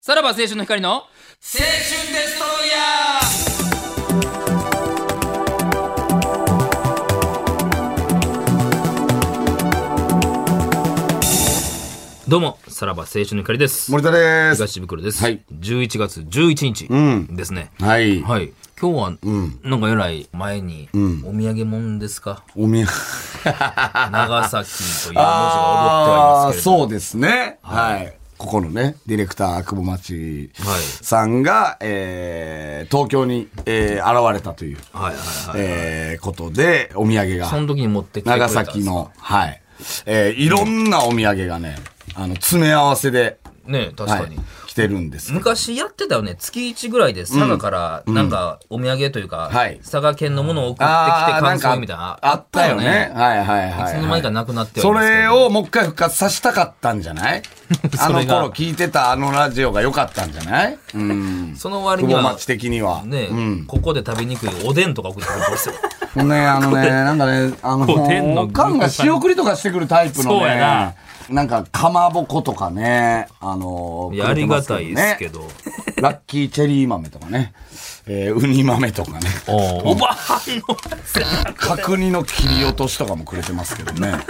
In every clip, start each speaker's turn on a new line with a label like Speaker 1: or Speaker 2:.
Speaker 1: さらば青春の光の
Speaker 2: 青春デストロイヤー
Speaker 1: どうも、さらば青春の光です。
Speaker 3: 森田です。
Speaker 1: 東袋です。
Speaker 2: はい
Speaker 1: 11月11日ですね。
Speaker 2: はい
Speaker 1: はい。今日は、なんかえらい前に、お土産物ですか、
Speaker 3: おみや。
Speaker 1: 長崎という文字が踊ってはいますけれども。
Speaker 3: そうですね。はい。ここのね、ディレクター、久保町
Speaker 1: はい
Speaker 3: さんが、えー東京に、えー現れたという、
Speaker 1: はいはいはい。
Speaker 3: えーことで、お土産
Speaker 1: そ
Speaker 3: が、
Speaker 1: の時に持ってきてくれた
Speaker 3: 長
Speaker 1: んです
Speaker 3: 崎。の、はい。えーいろんなお土産がね、あの、詰め合わせで、
Speaker 1: ね確かに。
Speaker 3: はい、来てるんです。
Speaker 1: 昔やってたよね月1ぐらいで佐賀からなんかお土産というか、
Speaker 3: はい
Speaker 1: 佐賀県のものを送ってきて
Speaker 3: ー
Speaker 1: 感想みたいな
Speaker 3: あったよね。はいはいはいはい。
Speaker 1: いつの間にかなくなってはい
Speaker 3: そ
Speaker 1: ますけど
Speaker 3: れをもう一回復活させたかったんじ ゃないあの頃聞いてたあのラジオが良かったんじゃないうん。
Speaker 1: その割
Speaker 3: 久
Speaker 1: に
Speaker 3: 保
Speaker 1: は
Speaker 3: 町的には。
Speaker 1: ね、ここで食べにくいおでんとか送ってくるん ですよ
Speaker 3: ね、あのね、なんかね、あの、
Speaker 1: こう天の
Speaker 3: おかんが仕送りとかしてくるタイプのね。
Speaker 1: そうやな。
Speaker 3: んか、かまぼことかね、あの
Speaker 1: いやありがたいですけ。ど、
Speaker 3: くれてますけどねラッキーチェリー豆とかね、えーウニ豆とかね、
Speaker 1: おばはんの
Speaker 3: 角煮の切り落としとかもくれてますけど ね。
Speaker 1: だか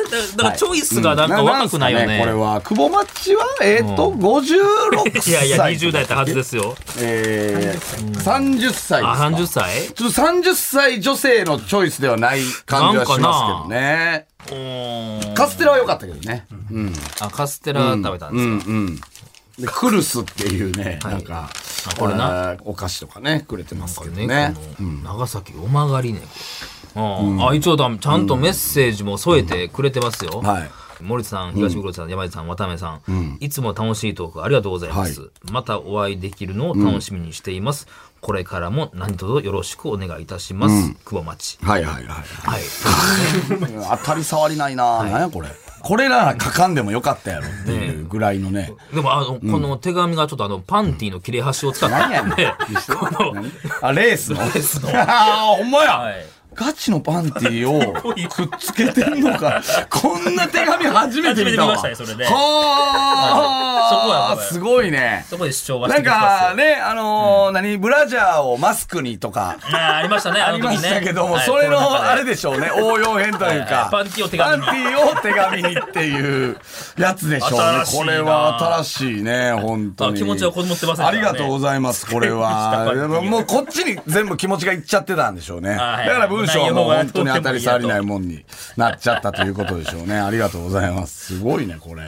Speaker 1: らチョイスがなんか若くないよね。
Speaker 3: これは久保マッチはえっと56歳
Speaker 1: いやいや、20代やったはずですよ。
Speaker 3: えー30歳
Speaker 1: あ、
Speaker 3: で
Speaker 1: 30
Speaker 3: すか
Speaker 1: 歳
Speaker 3: ちょっと30歳女性のチョイスではない感じはしますけどね
Speaker 1: うーん
Speaker 3: カステラは良かったけどね
Speaker 1: あ、カステラ食べたんです
Speaker 3: う
Speaker 1: よ。
Speaker 3: んうんでクルスっていうねなんか
Speaker 1: あこれな
Speaker 3: あーお菓子とかねくれてますけど
Speaker 1: ね
Speaker 3: ね
Speaker 1: この長崎お曲がりね。あーあ、一応だ、ちゃんとメッセージも添えてくれてますよ。
Speaker 3: はい
Speaker 1: 森田さん、東袋さん、山地さん、渡辺さん、いつも楽しいトークありがとうございます。またお会いできるのを楽しみにしています。これからも何卒よろしくお願いいたします。久保町。
Speaker 3: はいはいはい
Speaker 1: はい。
Speaker 3: 当たり障りないな何やこれこれら書かんでもよかったやろっていうぐらいのね
Speaker 1: でもあの、この手紙がちょっとあのパンティの切れ端を使った
Speaker 3: 何やねん
Speaker 1: でこの
Speaker 3: 何あ、レースの
Speaker 1: レースの
Speaker 3: ああ、ほんまや、
Speaker 1: はい
Speaker 3: ガチのパンティをくっつけてんのか。こんな手紙初めて見たわ。
Speaker 1: 初めて見ましたねそれね
Speaker 3: は
Speaker 1: はい
Speaker 3: あ、
Speaker 1: そ
Speaker 3: すごいね。
Speaker 1: そこで主張が
Speaker 3: なんか
Speaker 1: ね、
Speaker 3: ね、あのー何、ブラジャーをマスクにとか。
Speaker 1: あありましたね、
Speaker 3: あ
Speaker 1: あ
Speaker 3: り
Speaker 1: の
Speaker 3: ま
Speaker 1: 時ね。
Speaker 3: したけども、
Speaker 1: はい
Speaker 3: それ
Speaker 1: コロナ
Speaker 3: の
Speaker 1: 禍
Speaker 3: あれでしょうね、応用編というか、
Speaker 1: はいパンティを手紙に
Speaker 3: パンティを手紙にっていうやつでしょうね
Speaker 1: 新しいな
Speaker 3: これは新しいね、本当に。
Speaker 1: あ気持ちはこもってますね
Speaker 3: ありがとうございます、こ れは。
Speaker 1: 手紙にしたパンティ
Speaker 3: もうこっちに全部気持ちがいっちゃってたんでしょうね。だ
Speaker 1: はい
Speaker 3: から文章はもう本当に当たり障りない
Speaker 1: 内
Speaker 3: もんになっちゃったということでしょうね。ありがとうございます。すごいね、これ。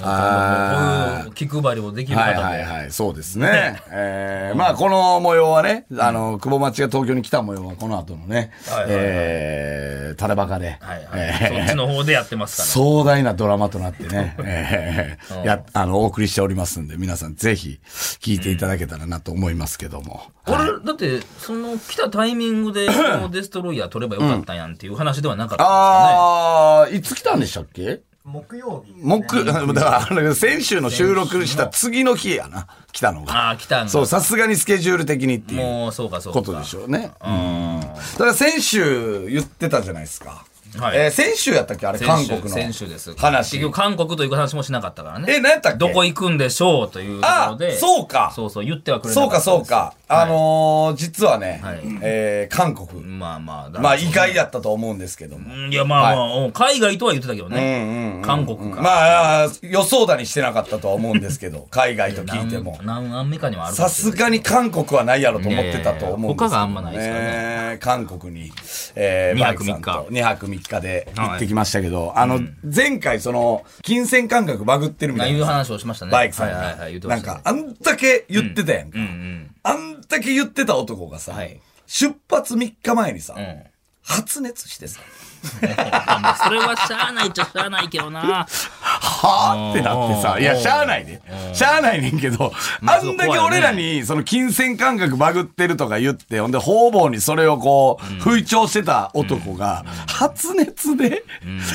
Speaker 3: あー
Speaker 1: こういう気配りもできる方
Speaker 3: は
Speaker 1: で。
Speaker 3: いはいはい、そうですね。えーまあこの模様はね、あの、久保町が東京に来た模様はこの後のね
Speaker 1: はい、はいはい
Speaker 3: えー、タレバカで、
Speaker 1: はいはい
Speaker 3: え
Speaker 1: そっち
Speaker 3: ー
Speaker 1: の方でやってますから。
Speaker 3: 壮大なドラマとなって ね、えーや、あの、お送りしておりますんで、皆さんぜひ聞いていただけたらなと思いますけども。
Speaker 1: これ、だって、その、来たタイミング で、このデストロイヤー取ればよかったやんっていう話ではなかった
Speaker 3: あー、いつ来たんでしたっけ
Speaker 4: 木曜日
Speaker 3: 木、だからあの、先週の収録した次の日やな、来たの
Speaker 1: ですかね。
Speaker 3: が。
Speaker 1: ああ、来たん
Speaker 3: そう、
Speaker 1: だ。
Speaker 3: さすがにスケジュール的にっていう。
Speaker 1: もう、そうかそうか。
Speaker 3: ことでしょうね。うん。だから先週言ってたじゃないですか。
Speaker 1: はい
Speaker 3: えー先週やったっけあれ、韓
Speaker 1: 先週
Speaker 3: 国の。
Speaker 1: 先週です。
Speaker 3: 話
Speaker 1: 結局、韓国という話もしなかったからね。
Speaker 3: え何やったっけ
Speaker 1: どこ行くんでしょうというところで。
Speaker 3: あそうか
Speaker 1: そうそう、言ってはくれな
Speaker 3: そう
Speaker 1: か
Speaker 3: か、
Speaker 1: った
Speaker 3: そうか。あのー実はね、
Speaker 1: はい
Speaker 3: えー韓国。
Speaker 1: まあまあ、だ
Speaker 3: まあ、意外だったと思うんですけども。
Speaker 1: いや、まあまあ、うん海外とは言ってたけどね。韓国か。
Speaker 3: まあ、予想だにしてなかったとは思うんですけど、海外と聞いても。
Speaker 1: 何何目かにはあるか
Speaker 3: さ
Speaker 1: もしれ
Speaker 3: す
Speaker 1: ない
Speaker 3: がに韓国はないやろと思ってたと思
Speaker 1: いやいやい
Speaker 3: うんですけど、ね。
Speaker 1: や他があんまないですから
Speaker 3: ね。韓国に、えー、
Speaker 1: 二泊
Speaker 3: マイクさん
Speaker 1: 三
Speaker 3: と
Speaker 1: 日
Speaker 3: 二泊三日で行ってきましたけど、あの、前回その、金銭感覚バグってるみた
Speaker 1: ないいう
Speaker 3: な。
Speaker 1: 話をしましたね。
Speaker 3: バイクさ
Speaker 1: は
Speaker 3: ん
Speaker 1: いはいはい、言って
Speaker 3: が。
Speaker 1: まし
Speaker 3: なん
Speaker 1: たね
Speaker 3: か、。あんだけ言ってたやんか。
Speaker 1: うん
Speaker 3: あんだけ言ってた男がさ
Speaker 1: はい、
Speaker 3: 出発3日前にさ
Speaker 1: う、ん。
Speaker 3: 発熱してさ、
Speaker 1: まあそれはしゃあないっちゃしゃあないけどな。
Speaker 3: はあってなってさ、いや、しゃあないで。しゃあないねんけど、
Speaker 1: まあ
Speaker 3: あんだけ俺らに、その金銭感覚バグってるとか言って、ほんで、方々にそれをこう、吹聴してた男が、発熱で、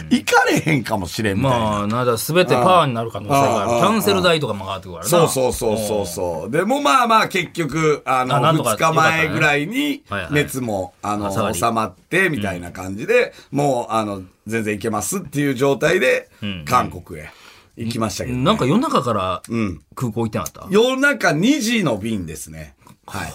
Speaker 3: 行かれへんかもしれんみたいな。
Speaker 1: まあ、なんだ、すべてパーになる可能性がある。
Speaker 3: ああ
Speaker 1: キャンセル代とかも上がってくるからな。
Speaker 3: そうそうそうそうそう。でもまあまあ結局、あの、
Speaker 1: あなんとか
Speaker 3: 2日前ぐらいに
Speaker 1: はいは、い
Speaker 3: 熱も、あの、
Speaker 1: 下がり
Speaker 3: 収まって、みたいな感じで、もう、あの、全然いけますっていう状態で、韓国へ行きましたけど、ね。
Speaker 1: なんか夜中から空港行ってなかった、
Speaker 3: 夜中2時の便ですね。はい。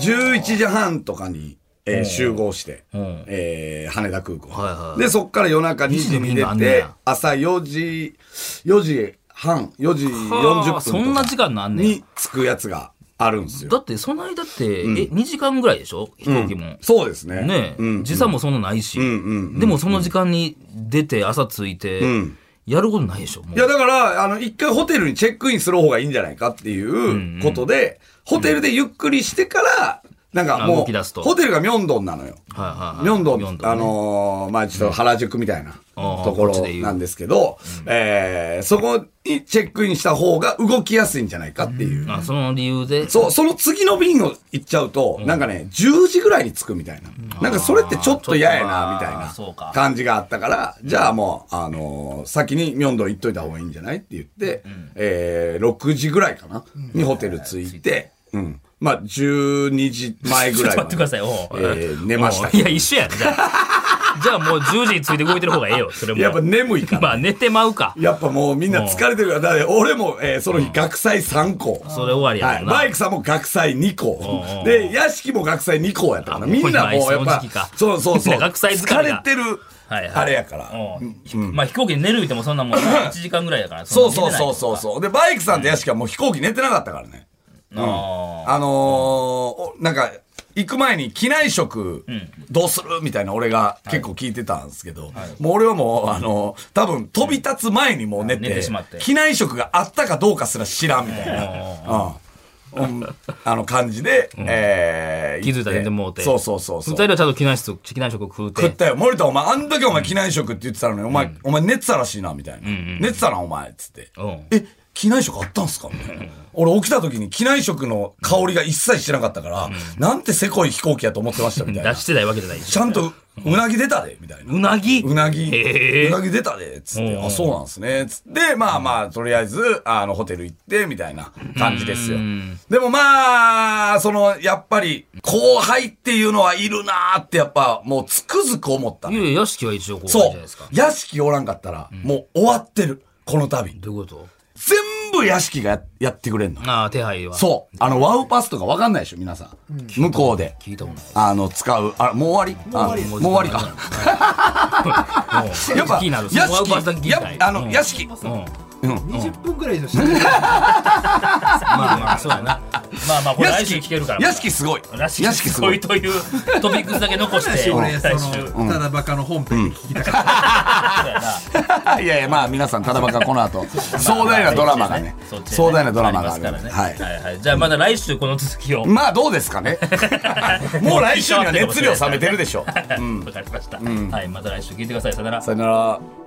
Speaker 3: 11時半とかに、えー集合して、
Speaker 1: ん
Speaker 3: えー羽田空港。
Speaker 1: はいはい
Speaker 3: で、そっから夜中2時
Speaker 1: 2時
Speaker 3: に
Speaker 1: に
Speaker 3: 出
Speaker 1: あんね
Speaker 3: て
Speaker 1: や、
Speaker 3: 朝4時、4時半、4時40分と
Speaker 1: は
Speaker 3: か
Speaker 1: あそんな時間なんねん
Speaker 3: に着くやつがあるんです
Speaker 1: だ
Speaker 3: よ。
Speaker 1: って、その間って、え、2時間ぐらいでしょ飛行機も。
Speaker 3: そうですね。
Speaker 1: ねえ、
Speaker 3: うん。
Speaker 1: 時差もそんなないし、
Speaker 3: んうん
Speaker 1: でもその時間に出て、朝着いて、
Speaker 3: ん
Speaker 1: やることないでしょ、もう
Speaker 3: いや、だから、あの、一回ホテルにチェックインする方がいいんじゃないかっていうことで、ホテルでゆっくりしてから、なんか
Speaker 1: あ動
Speaker 3: も
Speaker 1: き出す
Speaker 3: う、
Speaker 1: と
Speaker 3: ホテルがミョンドンなのよ。
Speaker 1: はいはいはい。
Speaker 3: ミョンドン、
Speaker 1: 明洞ね
Speaker 3: あのーまあちょっと原宿みたいな
Speaker 1: あー
Speaker 3: とこ
Speaker 1: こっち
Speaker 3: ろ
Speaker 1: で言う
Speaker 3: なんですけど、えーそこにチェックインした方が動きやすいんじゃないかっていう。
Speaker 1: あ、その理由で。
Speaker 3: そう、その次の便を行っちゃうと、なんかね、10時ぐらいに着くみたいな。なんかそれってちょっと嫌やな、みた
Speaker 1: あーちょっとまあそう
Speaker 3: い
Speaker 1: か
Speaker 3: な感じがあったから、じゃあもう、あのー先に明洞行っといた方がいいんじゃないって言って、えー6時ぐらいかな、にホテル着いて、うん。まあ、12時前ぐ
Speaker 1: ちょっ
Speaker 3: らい
Speaker 1: と待
Speaker 3: ま
Speaker 1: っ
Speaker 3: で。
Speaker 1: てください、おう
Speaker 3: えー寝ました
Speaker 1: おういや、一緒やん、じゃあ。じゃあもう10時について動いてる方が ええよ、それも。
Speaker 3: やっぱ眠いか ら
Speaker 1: まあ寝てまうか。
Speaker 3: やっぱもうみんな疲れてるから、だから俺も、えーその日学祭3個。
Speaker 1: それ終わりや
Speaker 3: は
Speaker 1: も
Speaker 3: い。
Speaker 1: んな。
Speaker 3: マイクさんも学祭2個
Speaker 1: うん。
Speaker 3: で、屋敷も学祭2個やったか
Speaker 1: あ
Speaker 3: ら、みんなも
Speaker 1: も
Speaker 3: うやっ
Speaker 1: う今その
Speaker 3: ぱ
Speaker 1: 時期か、
Speaker 3: そうそうそ
Speaker 1: み
Speaker 3: う。
Speaker 1: ん な学祭疲
Speaker 3: 疲
Speaker 1: れ
Speaker 3: れ
Speaker 1: が
Speaker 3: てる、
Speaker 1: はいはい
Speaker 3: あれやから。
Speaker 1: うんまあ飛行機で寝る言うてもそんな もん1時間ぐらいやから。
Speaker 3: そ
Speaker 1: そう
Speaker 3: そうそうそうそう。で、バイクさんと屋敷はもう飛行機寝てなかったからね。
Speaker 1: う。あ
Speaker 3: あのーおなんか、行く前に機内食どうするみたいな俺が結構聞いてたんですけど、もう俺はもう、あのー多分飛び立つ前にもう寝て、
Speaker 1: 寝てしまって
Speaker 3: 機内食があったかどうかすら知らんみたいな、うんうんあの感じで、えー
Speaker 1: 気づいたら寝てもうて
Speaker 3: そうそうそう
Speaker 1: ー。
Speaker 3: そう。
Speaker 1: 二人はちゃんと機内食、機内食食うて。
Speaker 3: 食ったよ。森田、お前、あんだけお前、機内食って言ってたのに、お前、お前寝てたらしいな、みたいな。寝てたな、お前、つって。
Speaker 1: うん
Speaker 3: え、機内食あったんすかみたいな。俺、起きた時に機内食の香りが一切してなかったから、なんてせこい飛行機やと思ってました、みたい
Speaker 1: 出
Speaker 3: な。
Speaker 1: してないわけじゃないし
Speaker 3: ちゃんと、うなぎ出たで、みたいな。
Speaker 1: うなぎ
Speaker 3: うなぎ、
Speaker 1: へー
Speaker 3: うなぎ出たで、つっ
Speaker 1: う
Speaker 3: て、
Speaker 1: ん
Speaker 3: あ、そうなんすね、つって、まあまあ、とりあえず、あの、ホテル行って、みたいな感じですよ。でもまあ、その、やっぱり、後輩っていうのはいるなーって、やっぱ、もうつくづく思った
Speaker 1: い。やいや、屋敷は一応こう、じゃ
Speaker 3: そ
Speaker 1: ないうですか。。
Speaker 3: 屋敷おらんかったら、もう終わってる。この旅。
Speaker 1: どういうこと
Speaker 3: 全部屋敷がややってくれんの。
Speaker 1: ああ、手配は。
Speaker 3: そう。あの、ワウパスとかわかんないでしょ、皆さん。向こうで。
Speaker 1: 聞いたことない。
Speaker 3: あの、使う。あ、もう終わりあもう終わりか。
Speaker 1: はい。もう
Speaker 3: やっぱ、
Speaker 1: 気になる。
Speaker 3: 屋
Speaker 1: そのワウパスだけ聞き
Speaker 3: 敷、
Speaker 1: た
Speaker 3: や
Speaker 1: い
Speaker 3: あの、
Speaker 1: うん
Speaker 3: 屋敷。
Speaker 4: 20分ぐらいの下に
Speaker 1: まあまあ、そうやな。まあまあ、これ来週聞けるから。
Speaker 3: 屋敷すごい。
Speaker 1: 屋
Speaker 3: 屋
Speaker 1: 敷
Speaker 3: 敷すごい。
Speaker 1: というトピックスだけ残 して、
Speaker 4: 俺そ
Speaker 1: 来週。
Speaker 4: のただバカの本編で聞きたかった
Speaker 3: いやいや、まあ皆さん、ただばかこ の後、壮大なドラマがね
Speaker 1: そっちで、
Speaker 3: 壮大なドラマがあ
Speaker 1: り
Speaker 3: る
Speaker 1: ま
Speaker 3: ん
Speaker 1: す
Speaker 3: で。
Speaker 1: から
Speaker 3: は
Speaker 1: ね
Speaker 3: い。
Speaker 1: はいはい。じゃあまだ来週この続きを。
Speaker 3: まあどうです かね。もう来週には熱量冷めてるでしょ。
Speaker 1: わかりました。はい、また来週聞いてください。さよなら。
Speaker 3: さよなら。